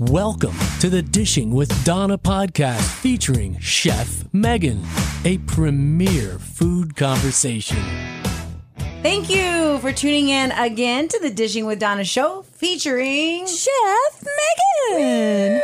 Welcome to the Dishing with Donna podcast featuring Chef Megan, a premier food conversation. Thank you for tuning in again to the Dishing with Donna show featuring Chef Megan.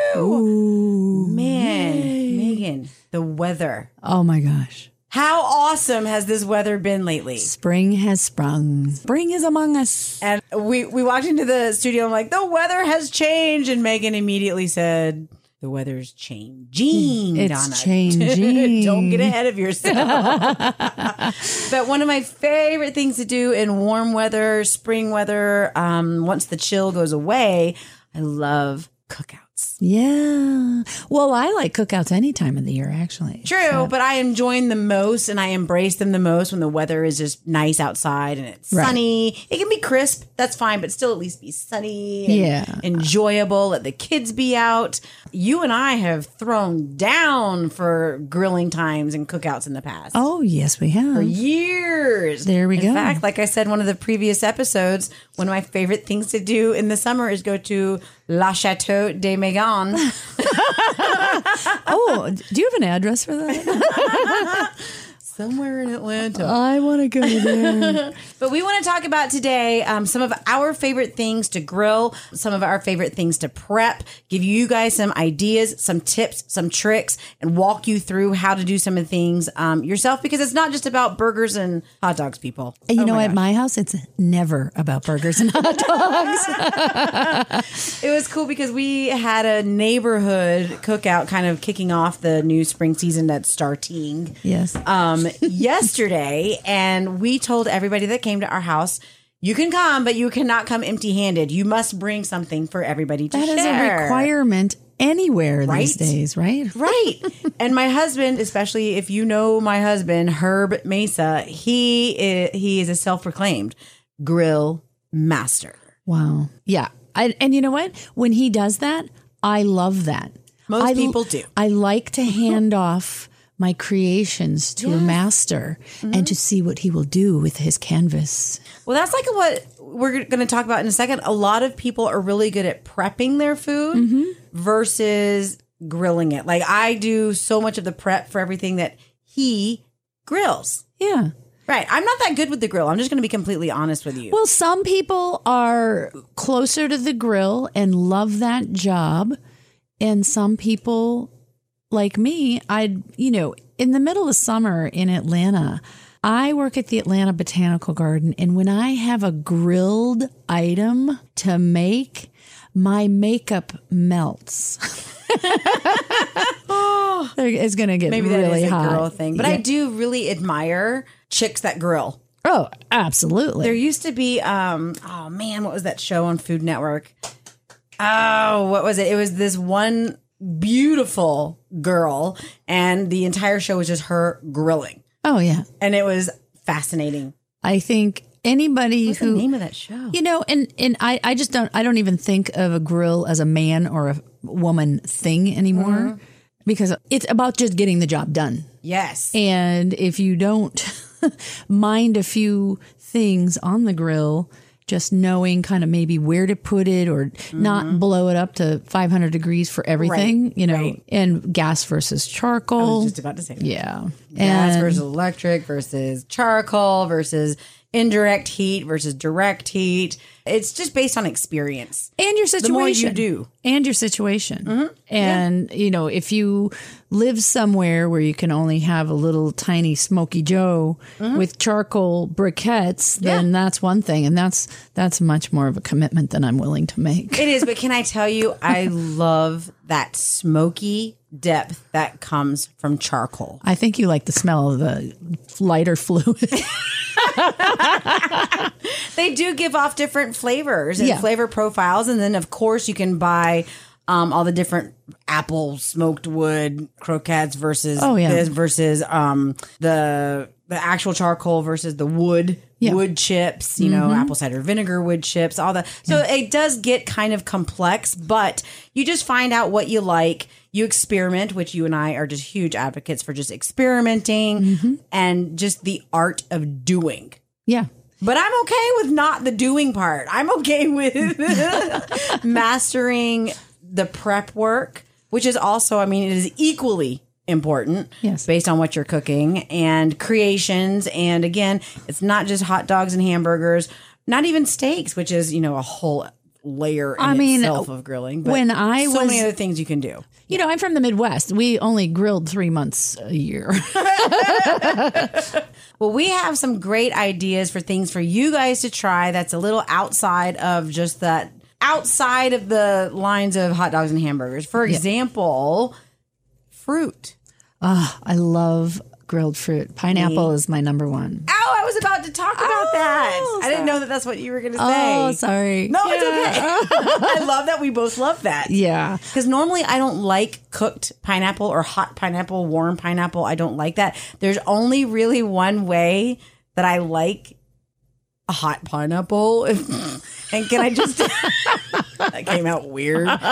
man Megan the weather. Oh my gosh. How awesome has this weather been lately? Spring has sprung. Spring is among us. And we we walked into the studio. I'm like, the weather has changed, and Megan immediately said, "The weather's changing, It's Donna. changing. Don't get ahead of yourself." but one of my favorite things to do in warm weather, spring weather, um, once the chill goes away, I love cookouts. Yeah. Well, I like cookouts any time of the year, actually. True, but I enjoy them the most and I embrace them the most when the weather is just nice outside and it's Right. sunny. It can be crisp, that's fine, but still at least be sunny and Yeah. enjoyable. Let the kids be out. You and I have thrown down for grilling times and cookouts in the past. Oh, yes, we have. Years. There we in go. fact, like I said, in one of the previous episodes, one of my favorite things to do in the summer is go to La Chateau de Megan. oh, do you have an address for that? Somewhere in Atlanta. I want to go there. But we want to talk about today um, some of our favorite things to grill, some of our favorite things to prep, give you guys some ideas, some tips, some tricks, and walk you through how to do some of the things um, yourself because it's not just about burgers and hot dogs, people. Oh And you know, what? at my house, it's never about burgers and hot dogs. It was cool because we had a neighborhood cookout kind of kicking off the new spring season that's starting. yes. um, yesterday, and we told everybody that came to our house, you can come, but you cannot come empty-handed. You must bring something for everybody to That share. is a requirement anywhere these Right? days, right? Right. and my husband, especially if you know my husband, Herb Mesa, he is, he is a self-proclaimed grill master. Wow. Yeah. I, and you know what? When he does that, I love that. Most I l- people do. I like to hand off my creations to a master and Mm-hmm. to see what he will do with his canvas. Well, that's like what we're going to talk about in a second. A lot of people are really good at prepping their food versus grilling it. Like I do so much of the prep for everything that he grills. Yeah. Right. I'm not that good with the grill. I'm just going to be completely honest with you. Well, some people are closer to the grill and love that job. And some people, like me, I'd, you know, in the middle of summer in Atlanta, I work at the Atlanta Botanical Garden. And when I have a grilled item to make, my makeup melts. it's going to get Maybe that is really a hot. girl thing, but I do really admire chicks that grill. oh, absolutely. There used to be, um, oh man, what was that show on Food Network? Oh, what was it? It was this one beautiful girl, and the entire show was just her grilling, oh, yeah. and it was fascinating. I think anybody What's who the name of that show? You know, and and I I just don't I don't even think of a grill as a man or a woman thing anymore Mm-hmm. because it's about just getting the job done. Yes, And if you don't mind a few things on the grill, just knowing kind of maybe where to put it or not blow it up to 500 degrees for everything, you know, Mm-hmm. right. and gas versus I charcoal. was just about to say that. yeah. gas And- versus electric versus charcoal versus indirect heat versus direct heat. It's just based on experience. and your situation. more you do. Mm-hmm. and your situation, and you know, if you live somewhere where you can only have a little tiny Smoky Joe Mm-hmm. with charcoal briquettes, then that's one thing, and that's that's much more of a commitment than I'm willing to make. It is, but can I tell you, I love that smoky depth that comes from charcoal. I think you like the smell of the lighter fluid. They do give off different flavors and Yeah. flavor profiles, and then of course you can buy um, all the different apple smoked wood croquettes versus Oh, yeah. this versus um, the the actual charcoal versus the wood Yeah. Mm-hmm. wood chips. You know, apple cider vinegar wood chips, all that. So it does get kind of complex, but you just find out what you like. You experiment, which you and I are just huge advocates for, just experimenting Mm-hmm. and just the art of doing. yeah. But I'm okay with not the doing part. I'm okay with mastering the prep work, which is also, I mean, it is equally important Yes. based on what you're cooking and creations. And again, it's not just hot dogs and hamburgers, not even steaks, which is, you know, a whole layer in I mean, itself of grilling. when I so was- many other things you can do. You know, I'm from the Midwest. We only grilled three months a year. Well, we have some great ideas for things for you guys to try that's a little outside of just that outside of the lines of hot dogs and hamburgers. For example, fruit. Ah, I love grilled fruit. Pineapple is my number one. Oh, I was about to talk about that. I didn't know that that's what you were going to say. Oh, sorry. No, it's okay. I love that we both love that. Yeah. Because normally I don't like cooked pineapple or hot pineapple, warm pineapple. I don't like that. There's only really one way that I like a hot pineapple. and can I just. that came out weird.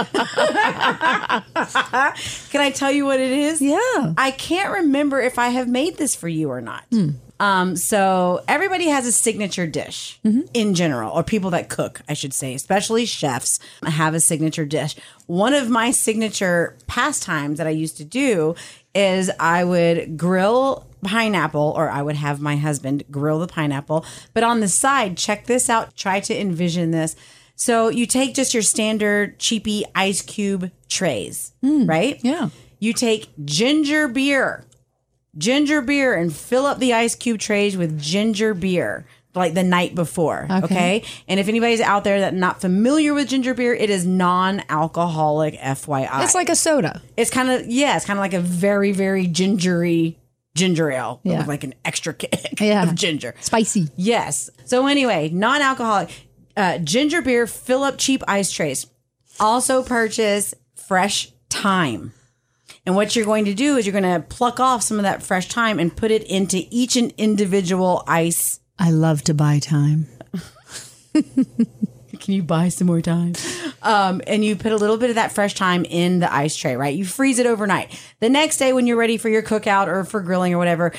can I tell you what it is? Yeah. Hmm. I can't remember if I have made this for you or not. Um, so everybody has a signature dish Mm-hmm. in general, or people that cook, I should say, especially chefs have a signature dish. One of my signature pastimes that I used to do is I would grill pineapple, or I would have my husband grill the pineapple. But on the side, check this out. Try to envision this. So you take just your standard cheapy ice cube trays, right? Hmm. Yeah. You take ginger beer, ginger beer, and fill up the ice cube trays with ginger beer like the night before. Okay. And if anybody's out there that not familiar with ginger beer, it is non alcoholic, FYI. It's like a soda. it's kind of, yeah, it's kind of like a very, very gingery ginger ale but Yeah. with like an extra kick Yeah. of ginger. Spicy. Yes. So anyway, non-alcoholic uh, ginger beer. Fill up cheap ice trays. Also purchase fresh thyme. And what you're going to do is you're going to pluck off some of that fresh thyme and put it into each and individual ice. I love to buy time. Can you buy some more thyme? Um, and you put a little bit of that fresh thyme in the ice tray, right? You freeze it overnight. The next day, when you're ready for your cookout or for grilling or whatever,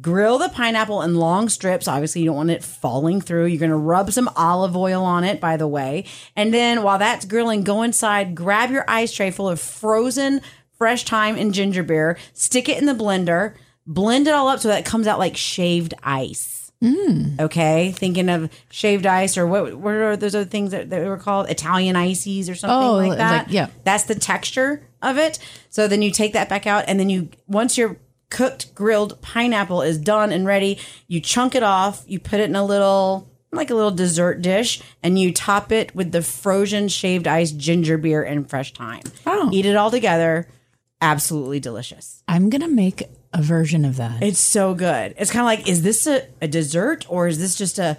grill the pineapple in long strips. Obviously, you don't want it falling through. You're going to rub some olive oil on it, by the way. And then while that's grilling, go inside, grab your ice tray full of frozen fresh thyme and ginger beer, stick it in the blender, blend it all up so that it comes out like shaved ice. Okay, thinking of shaved ice or what? What are those other things that, that were called Italian ices or something Oh, like like- that? yeah. that's the texture of it. So then you take that back out, and then you once your cooked grilled pineapple is done and ready, you chunk it off. You put it in a little like a little dessert dish, and you top it with the frozen shaved ice, ginger beer, and fresh thyme. Oh. Eat it all together. Absolutely delicious. I'm going to make a version of that. It's so good. It's kind of like, is this a, a dessert or is this just a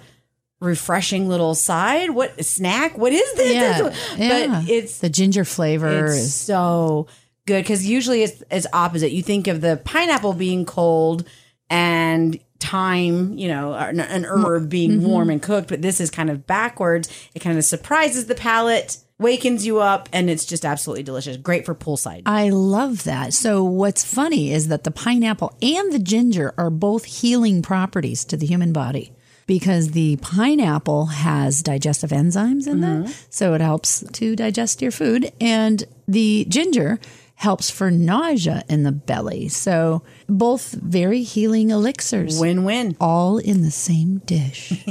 refreshing little side? What snack? What is this? yeah. yeah. But it's the ginger flavor it's is so good because usually it's, it's opposite. You think of the pineapple being cold and thyme, you know, or an, an herb being mm-hmm. warm and cooked, but this is kind of backwards. It kind of surprises the palate, wakens you up, and it's just absolutely delicious. Great for poolside. I love that. So, what's funny is that the pineapple and the ginger are both healing properties to the human body because the pineapple has digestive enzymes in Mm-hmm. them. So, it helps to digest your food. And the ginger helps for nausea in the belly. So, both very healing elixirs. Win win. all in the same dish.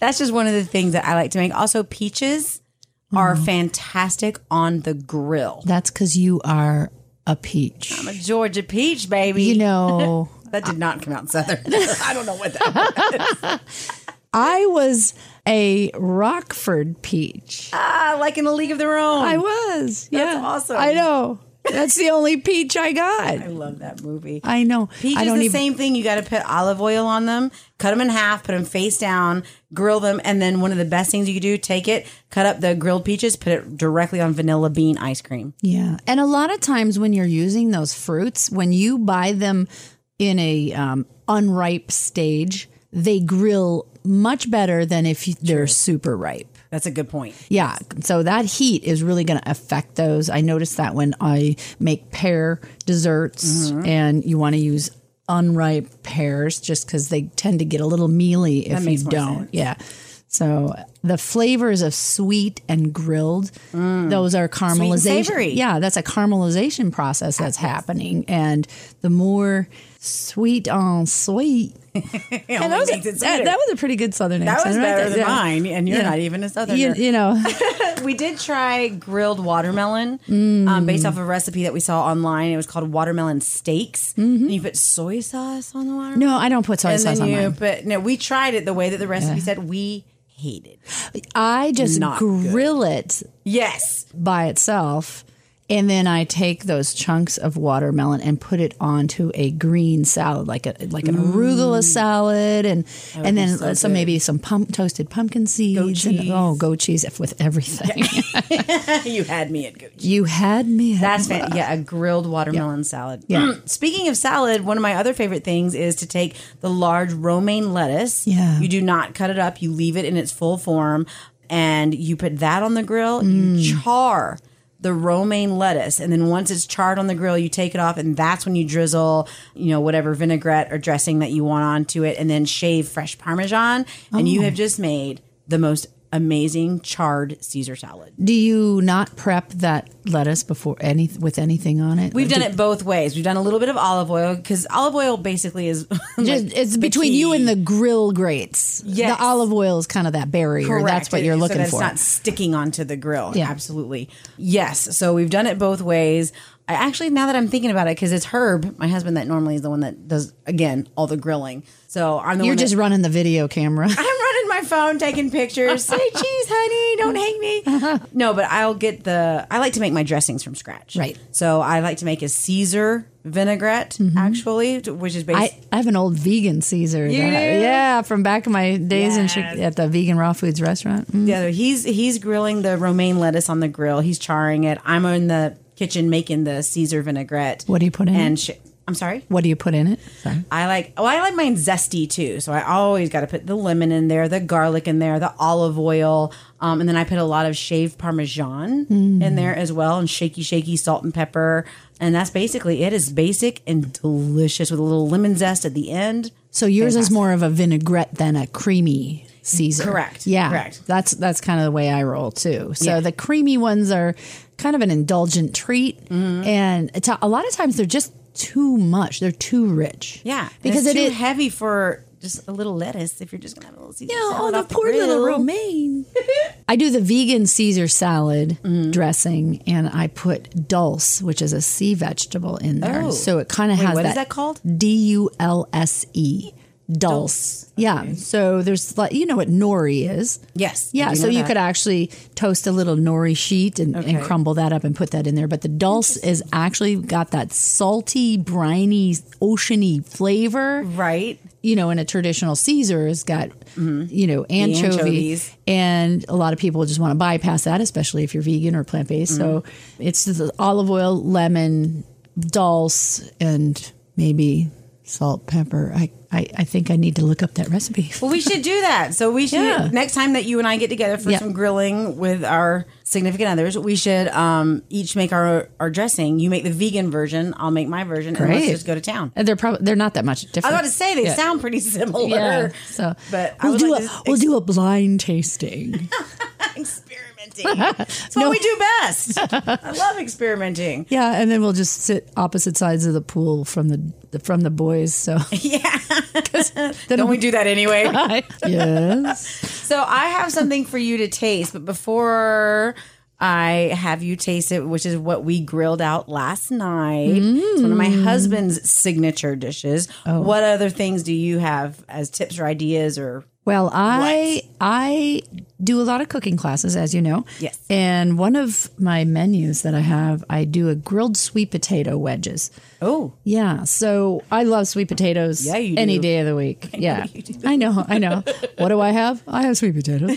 That's just one of the things that I like to make. Also, peaches are Mm-hmm. fantastic on the grill. That's because you are a peach. I'm a Georgia peach, baby. You know, that did not come out southern. I don't know what that was. I was a Rockford peach. Ah, like in a league of their own. I I was. Yeah. awesome. I know. That's the only peach I got. love that movie. I know. Peaches I don't the even same thing. You got to put olive oil on them, cut them in half, put them face down, grill them, and then one of the best things you could do: take it, cut up the grilled peaches, put it directly on vanilla bean ice cream. Yeah. And a lot of times when you're using those fruits, when you buy them in a um, unripe stage, they grill much better than if you, they're super ripe. That's a good point. Yeah, so that heat is really going to affect those. I noticed that when I make pear desserts, Mm-hmm. and you want to use unripe pears just because they tend to get a little mealy if you don't. Yeah, so the flavors of sweet and grilled. Those are Mm. savory. caramelization. Yeah, that's a caramelization process that's happening, and the more sweet on sweet. It And that, only was, makes it that, better. that was a pretty good Southern That was accent. right? better than Yeah. mine, and you're Yeah. not even a southerner. You, you know, we did try grilled watermelon Mm. um, based off a recipe that we saw online. It was called watermelon steaks. And you put soy sauce on the watermelon. Mm-hmm. no, I don't put soy and sauce then on you mine. put no, we tried it the way that the recipe said we hated. I just Not good. grill it Yes. by itself. And then I take those chunks of watermelon and put it onto a green salad, like a like an Mm. arugula salad, and and then some maybe some pump, toasted pumpkin seeds and oh goat cheese with everything. you had me at Gucci. You had me. at- That's fan- yeah, a grilled watermelon salad. Yeah. Speaking of salad, one of my other favorite things is to take the large romaine lettuce. Yeah. You do not cut it up, you leave it in its full form and you put that on the grill, you Mm. char the romaine lettuce and then once it's charred on the grill you take it off and that's when you drizzle you know whatever vinaigrette or dressing that you want onto it and then shave fresh parmesan and Oh. you have just made the most amazing charred caesar salad Do you not prep that lettuce before any with anything on it? We've done it both ways. We've done a little bit of olive oil because olive oil basically is Just, it's between you and the grill grates. Yes. The olive oil is kind of that barrier. That's what you're so looking that for. It's not sticking onto the grill. Yeah. Absolutely. Yes. So we've done it both ways. I actually now that I'm thinking about it, because it's Herb, my husband, that normally is the one that does again all the grilling. So I'm the you're one that- just running the video camera. I'm running my phone, taking pictures. Say cheese, honey. Don't hate me. No, but I'll get the. I like to make my dressings from scratch. Right. So I like to make a Caesar vinaigrette, actually, which is based. Mm-hmm. I, I have an old vegan Caesar. You that- do? Yeah, from back in my days in Yes. in at the vegan raw foods restaurant. Mm. the other. He's he's grilling the romaine lettuce on the grill. He's charring it. I'm in the kitchen making the Caesar vinaigrette. What do you put in And it? sh- I'm sorry. What do you put in it? Sorry. I like oh I like mine zesty too. So I always got to put the lemon in there, the garlic in there, the olive oil, um, and then I put a lot of shaved parmesan Mm. in there as well, and shaky shaky salt and pepper. And that's basically it. It's basic and delicious with a little lemon zest at the end. So yours is more of a vinaigrette than a creamy Caesar. Correct. Yeah. Correct. That's that's kind of the way I roll too. So Yeah. the creamy ones are kind of an indulgent treat, Mm-hmm. and it's a, a lot of times they're just too much. They're too rich. Yeah, and because it's it too is. heavy for just a little lettuce. If you're just gonna have a little Caesar Yeah, oh, salad the off poor little grill. romaine. I do the vegan Caesar salad Mm-hmm. dressing, and I put dulse, which is a sea vegetable, in there. Oh. So it kind of Wait, has what that. is that called? D U L S E. Dulse. Yeah. So there's like you know what nori is. Yes, I Yeah. do So know you that. could actually toast a little nori sheet and, and Okay. crumble that up and put that in there. But the dulse is actually got that salty, briny, oceany flavor right. you know, in a traditional Caesar has got, you know, anchovy. anchovies. And a lot of people just want to bypass that, especially if you're vegan or plant based. So it's the olive oil, lemon, dulse, and maybe salt, pepper. I, I, I think I need to look up that recipe. Well, we should do that. So we should Yeah. next time that you and I get together for Yeah. some grilling with our significant others, we should um, each make our our dressing. You make the vegan version, I'll make my version, and let's Great. just go to town. And they're probably they're not that much different. I was about to say they Yeah. sound pretty similar. yeah. So, but I we'll would do like a to we'll do a blind tasting. experimenting. That's what we do best. I love experimenting. yeah, and then we'll just sit opposite sides of the pool from the from the boys. So Yeah. Don't we do that anyway? yes. So I have something for you to taste, but before I have you taste it, which is what we grilled out last night. It's one of my Mm. husband's signature dishes. Oh. What other things do you have as tips or ideas or Well, I I do a lot of cooking classes, as you know. Yes. And one of my menus that I have, I do a grilled sweet potato wedges. oh Yeah. So I love sweet potatoes Yeah, you any do. day of the week. yeah. I know. I know. what do I have? I have sweet potatoes.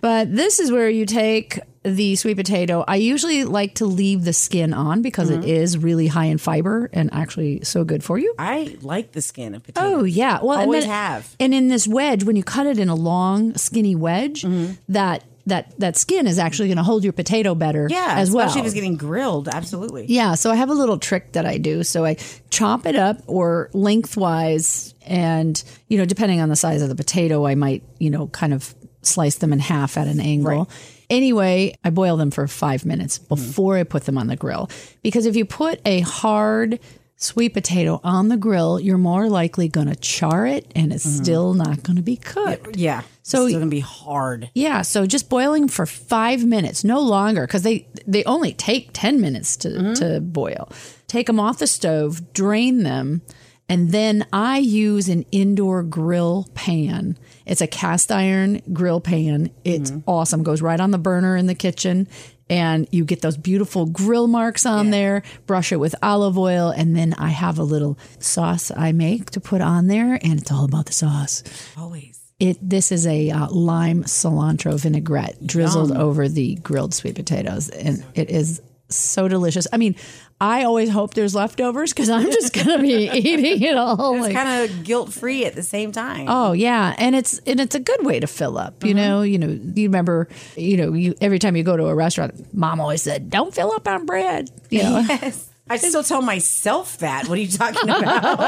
but this is where you take the sweet potato. I usually like to leave the skin on because Mm-hmm. it is really high in fiber and actually so good for you. I like the skin of potato. Oh yeah, well, Always and then, have. And in this wedge, when you cut it in a long, skinny wedge, Mm-hmm. that that that skin is actually going to hold your potato better. yeah, as well. Especially if it's getting grilled, absolutely. yeah, so I have a little trick that I do. So I chop it up or lengthwise, and you know, depending on the size of the potato, I might you know kind of slice them in half at an angle. Anyway, I boil them for five minutes before I put them on the grill. Because if you put a hard sweet potato on the grill, you're more likely going to char it and it's still not going to be cooked. Yeah. So- it's going to be hard. Yeah, so just boiling for five minutes, no longer, because they they only take ten minutes to to boil. Take them off the stove, drain them, and then I use an indoor grill pan. It's a cast iron grill pan. It's awesome. Goes right on the burner in the kitchen. And you get those beautiful grill marks on there, brush it with olive oil, and then I have a little sauce I make to put on there, and it's all about the sauce. Always. It this is a uh, lime cilantro vinaigrette drizzled over the grilled sweet potatoes, and it is so delicious. I mean, I always hope there's leftovers because I'm just gonna be eating it all. like- Kind of guilt free at the same time. Oh yeah, and it's and it's a good way to fill up. You know, you know, you remember, you know, you every time you go to a restaurant, mom always said, "Don't fill up on bread." You know, Yes. I still tell myself that. What are you talking about?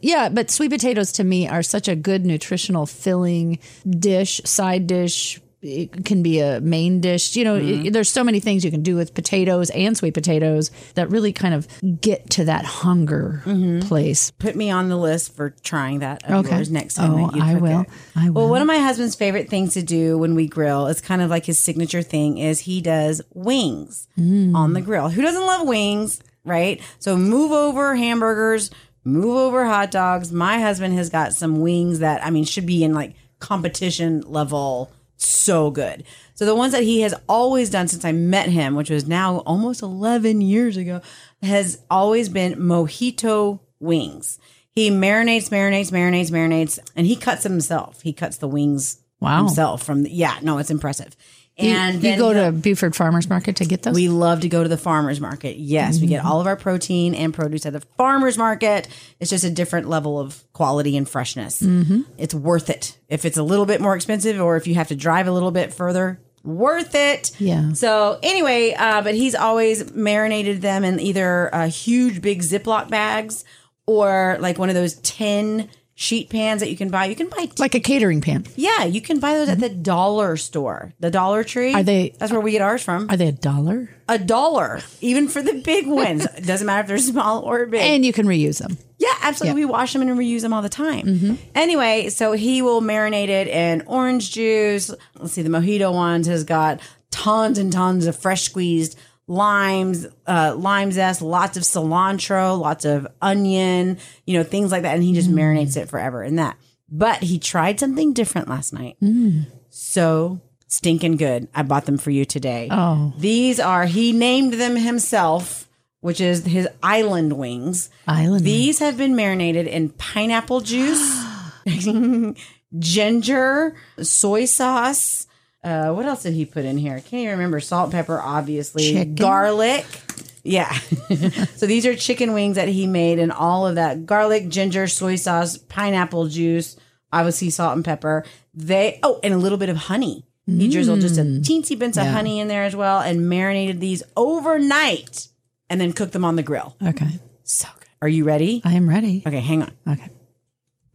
Yeah, but sweet potatoes to me are such a good nutritional filling dish, side dish. It can be a main dish. You know, it- there's so many things you can do with potatoes and sweet potatoes that really kind of get to that hunger place. Put me on the list for trying that of Okay. yours next time. Oh, that you I cook will. it. I Well, will. one of my husband's favorite things to do when we grill, it's kind of like his signature thing, is he does wings Mm. on the grill. Who doesn't love wings, right? So move over hamburgers, move over hot dogs. My husband has got some wings that, I mean, should be in like competition level. So good. So the ones that he has always done since I met him, which was now almost 11 years ago, has always been mojito wings. He marinates, marinates, marinates, marinates, and he cuts himself. He cuts the wings Wow. himself from the, yeah, no, it's impressive. You- And you, then go he'll- to Buford Farmers Market to get those. we love to go to the farmers market. Yes, we Mm-hmm. get all of our protein and produce at the farmers market. It's just a different level of quality and freshness. Mm-hmm. It's worth it. If it's a little bit more expensive or if you have to drive a little bit further, worth it. Yeah. So, anyway, uh, but he's always marinated them in either uh, huge, big Ziploc bags or like one of those 10 sheet pans that you can buy. You can buy like a catering pan. yeah, you can buy those at the dollar store, the Dollar Tree. Mm-hmm. Are they- That's where we get ours from. Are they a dollar? a dollar, even for the big ones. It doesn't matter if they're small or big. And you can reuse them. yeah, absolutely. We wash them and reuse them all the time. Anyway, so he will marinate it in orange juice. Let's see, the mojito ones has got tons and tons of fresh squeezed limes, uh, lime zest, lots of cilantro, lots of onion, you know, things like that. And he just marinates it forever in that. But he tried something different last night so stinking good. I bought them for you today. Oh. These are, he named them himself, which is his island wings. Island. These have been marinated in pineapple juice, ginger, soy sauce. Uh, what else did he put in here? I can't even remember. Salt, pepper, obviously. Chicken? Garlic. Yeah. so these are chicken wings that he made and all of that garlic, ginger, soy sauce, pineapple juice, obviously salt and pepper. They, oh, and a little bit of honey. He drizzled just a Mm. teensy bits of honey in there as well and marinated these overnight and then cooked them on the grill. okay. So good. Are you ready? I am ready. Okay, hang on. Okay.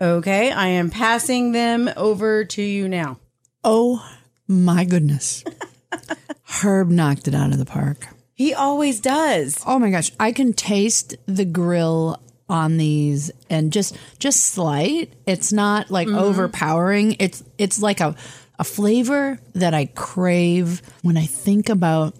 Okay, I am passing them over to you now. Oh my goodness. Herb knocked it out of the park. He always does. Oh my gosh, I can taste the grill on these and just just slight. It's not like Mm-hmm. overpowering. It's it's like a a flavor that I crave when I think about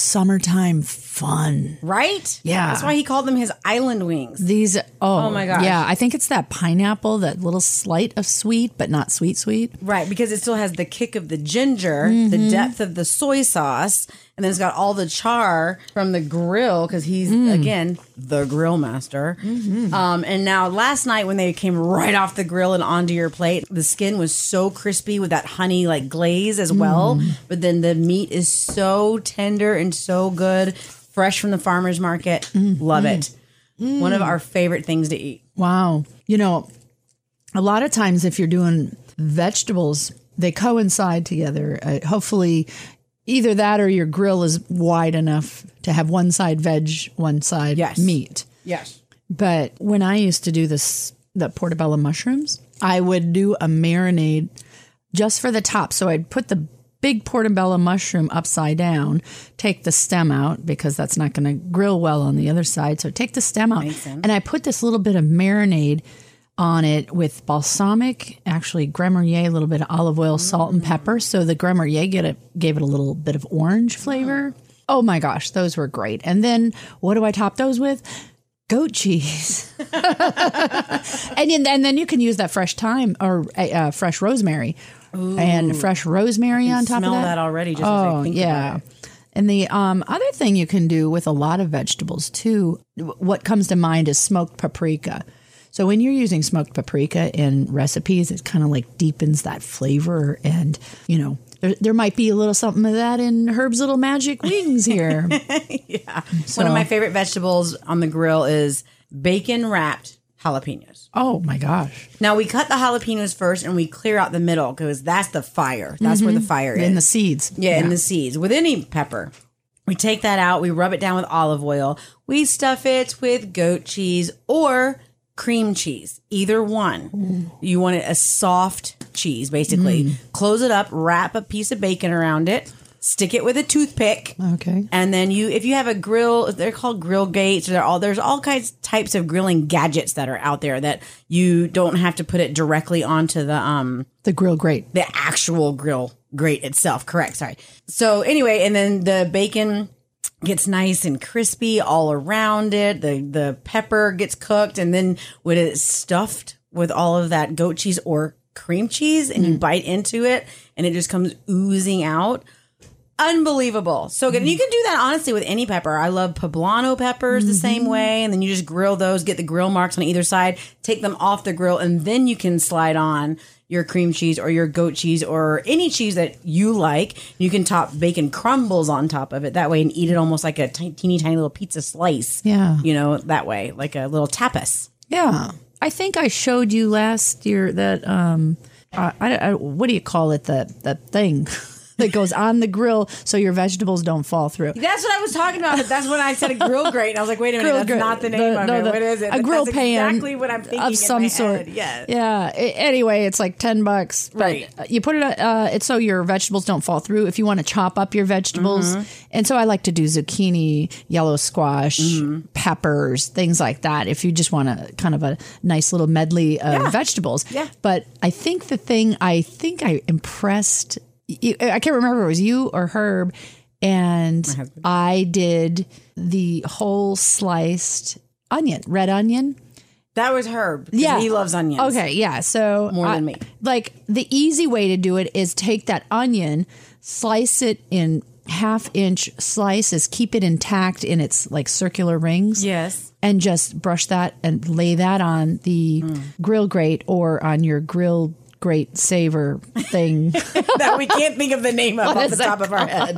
summertime fun. Right? Yeah. That's why he called them his island wings. These oh, my gosh. Yeah, I think it's that pineapple, that little slight of sweet but not sweet sweet. Right, because it still has the kick of the ginger, Mm-hmm. the depth of the soy sauce, and then it's got all the char from the grill because he's, Mm. again, the grill master. Mm-hmm. Um, and now, last night when they came right off the grill and onto your plate, the skin was so crispy with that honey like glaze as well. Mm-hmm. But then the meat is so tender and so good, fresh from the farmer's market. Mm-hmm. Love it. Mm. One of our favorite things to eat. Wow. You know, a lot of times if you're doing vegetables, they coincide together. Uh, hopefully, either that or your grill is wide enough to have one side veg, one side Yes. meat. Yes. But when I used to do this, the portobello mushrooms, I would do a marinade just for the top. So I'd put the big portobello mushroom upside down, take the stem out because that's not going to grill well on the other side. So take the stem out. And I put this little bit of marinade on it with balsamic, actually Gremerier, a little bit of olive oil, salt, and pepper. So the Gremerier get it, gave it a little bit of orange flavor. Oh my gosh, those were great. And then what do I top those with? Goat cheese. and, then, and then you can use that fresh thyme or uh, uh, fresh rosemary. and fresh rosemary on top Smell of that. that. already. Just as I Oh, think yeah. About it. And the um, other thing you can do with a lot of vegetables too, w- what comes to mind is smoked paprika. So when you're using smoked paprika in recipes, it kind of like deepens that flavor. And, you know, there, there might be a little something of that in Herb's Little Magic Wings here. One of my favorite vegetables on the grill is bacon wrapped jalapenos. oh my gosh. Now we cut the jalapenos first and we clear out the middle because that's the fire. That's where the fire is. And the seeds. Yeah, and the seeds with any pepper. We take that out, we rub it down with olive oil, we stuff it with goat cheese or cream cheese, either one. You want it a soft cheese, basically. Close it up, wrap a piece of bacon around it, stick it with a toothpick. Okay. And then you, if you have a grill, they're called grill gates. They're all there's all kinds types of grilling gadgets that are out there that you don't have to put it directly onto the um The grill grate. the actual grill grate itself. Correct. Sorry. So anyway, and then the bacon gets nice and crispy all around it. The the pepper gets cooked, and then when it's stuffed with all of that goat cheese or cream cheese, and you bite into it, and it just comes oozing out. Unbelievable. So good. And Mm. you can do that honestly with any pepper. I love poblano peppers the Mm-hmm. same way. And then you just grill those, get the grill marks on either side, take them off the grill, and then you can slide on your cream cheese or your goat cheese or any cheese that you like. You can top bacon crumbles on top of it that way and eat it almost like a ti- teeny tiny little pizza slice. Yeah. You know, that way, like a little tapas. Yeah. I think I showed you last year that um I, I, I- what do you call it the the thing that goes on the grill so your vegetables don't fall through. That's what I was talking about. That's when I said a grill grate, and I was like, "Wait a minute, Grill that's gr- not the the- name of no, it. the- what is it?" a But grill that's pan exactly what I'm thinking of in some my sort. head. Yes. Yeah. A- Anyway, it's like ten bucks. But Right. You put it. Uh, it's so your vegetables don't fall through. If you want to chop up your vegetables, Mm-hmm. and so I like to do zucchini, yellow squash, Mm-hmm. peppers, things like that. If you just want a kind of a nice little medley of vegetables. Yeah. But I think the thing I think I impressed. You, I can't remember if it was you or Herb. And I did the whole sliced onion, red onion. That was Herb. 'cause Yeah. he loves onions. Okay, yeah. So More than I- me. Like the easy way to do it is take that onion, slice it in half inch slices, keep it intact in its like circular rings. Yes. And just brush that and lay that on the grill grate or on your grill grate saver thing. that we can't think of the name of off is the that top of our head.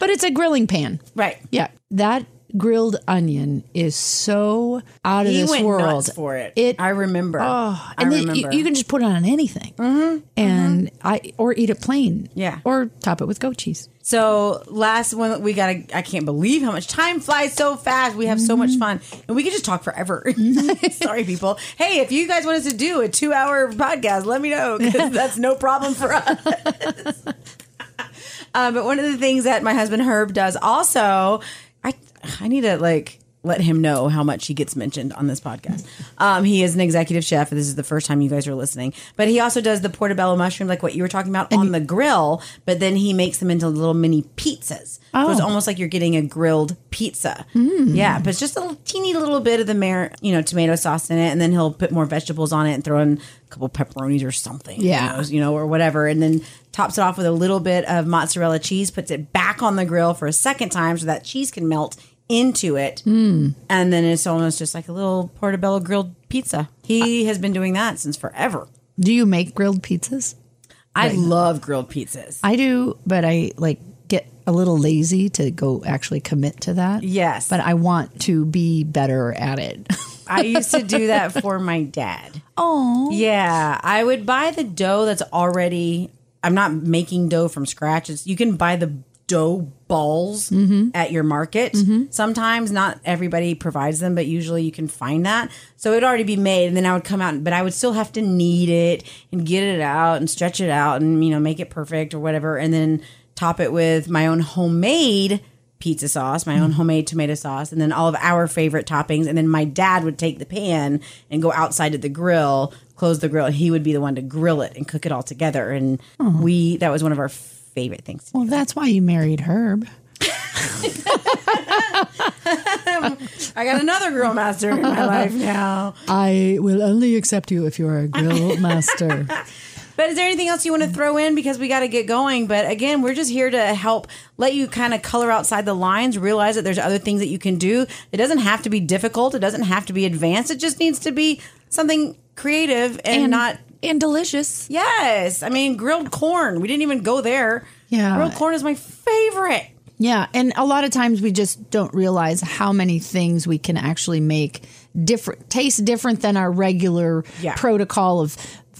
but it's a grilling pan. Right. Yeah. That grilled onion is so out of He this went world nuts for it. I remember. Oh, I and then remember. Mm-hmm, You, you can just put it on anything, and I or eat it plain, Yeah. or top it with goat cheese. so last one we got. I can't believe how much time flies so fast. We have so much Mm-hmm. fun, and we could just talk forever. Sorry, people. Hey, if you guys want us to do a two-hour podcast, let me know 'cause that's no problem for us. Uh, but one of the things that my husband Herb does also, I I need to like let him know how much he gets mentioned on this podcast. Um, he is an executive chef. This is the first time you guys are listening. But he also does the portobello mushroom, like what you were talking about, on the grill. But then he makes them into little mini pizzas. So it's almost like you're getting a grilled pizza. Yeah, but it's just a little, teeny little bit of the mar- you know tomato sauce in it, and then he'll put more vegetables on it and throw in a couple pepperonis or something. you Yeah. know, you know, or whatever, and then tops it off with a little bit of mozzarella cheese, puts it back on the grill for a second time so that cheese can melt into it. And then it's almost just like a little portobello grilled pizza. He has been doing that since forever. Do you make grilled pizzas? I love grilled pizzas. I do, but I like get a little lazy to go actually commit to that. Yes. but I want to be better at it. I used to do that for my dad. Oh, Yeah, I would buy the dough that's already. I'm not making dough from scratch. It's, you can buy the dough balls at your market. Sometimes not everybody provides them, but usually you can find that. So it'd already be made, and then I would come out, but I would still have to knead it and get it out and stretch it out and you know make it perfect or whatever, and then top it with my own homemade pizza sauce, my own homemade tomato sauce, and then all of our favorite toppings. And then my dad would take the pan and go outside to the grill, close the grill, and he would be the one to grill it and cook it all together. And we that was one of our favorite things. Well, that's why you married Herb. I got another grill master in my life now. I will only accept you if you are a grill master. But is there anything else you want to throw in because we got to get going? But again, we're just here to help let you kind of color outside the lines, realize that there's other things that you can do. It doesn't have to be difficult, it doesn't have to be advanced. It just needs to be something creative and, not and delicious. Yes. I mean, grilled corn. We didn't even go there. Yeah. Grilled corn is my favorite. Yeah, and a lot of times we just don't realize how many things we can actually make different taste different than our regular Yeah. protocol of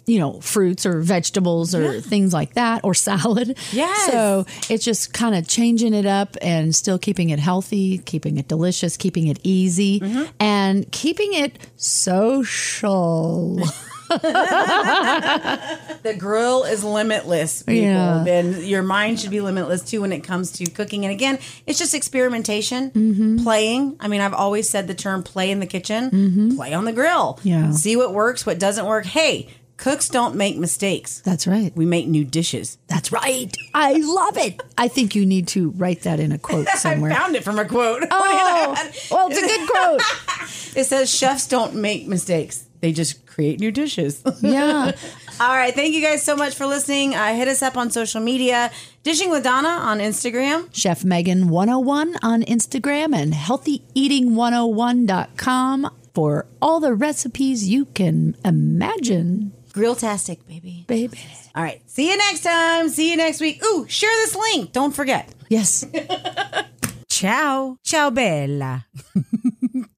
you know fruits or vegetables or things like that or salad. Yes. So it's just kind of changing it up and still keeping it healthy, keeping it delicious, keeping it easy, Mm-hmm. and keeping it social. The grill is limitless, people. Yeah. And your mind should be limitless too when it comes to cooking. And again, it's just experimentation, playing. I mean, I've always said the term play in the kitchen, play on the grill. Yeah. See what works, what doesn't work. Hey, cooks don't make mistakes. That's right. We make new dishes. That's right. I love it. I think you need to write that in a quote somewhere. I found it from a quote. oh, well, it's a good quote. it says chefs don't make mistakes. They just create new dishes. Yeah. All right. Thank you guys so much for listening. Uh, hit us up on social media. Dishing with Donna on Instagram. Chef Megan 101 on Instagram and healthyeating101.com for all the recipes you can imagine, Grilltastic, baby. baby. All right. See you next time. See you next week. Ooh, share this link. Don't forget. Yes. Ciao. Ciao, Bella.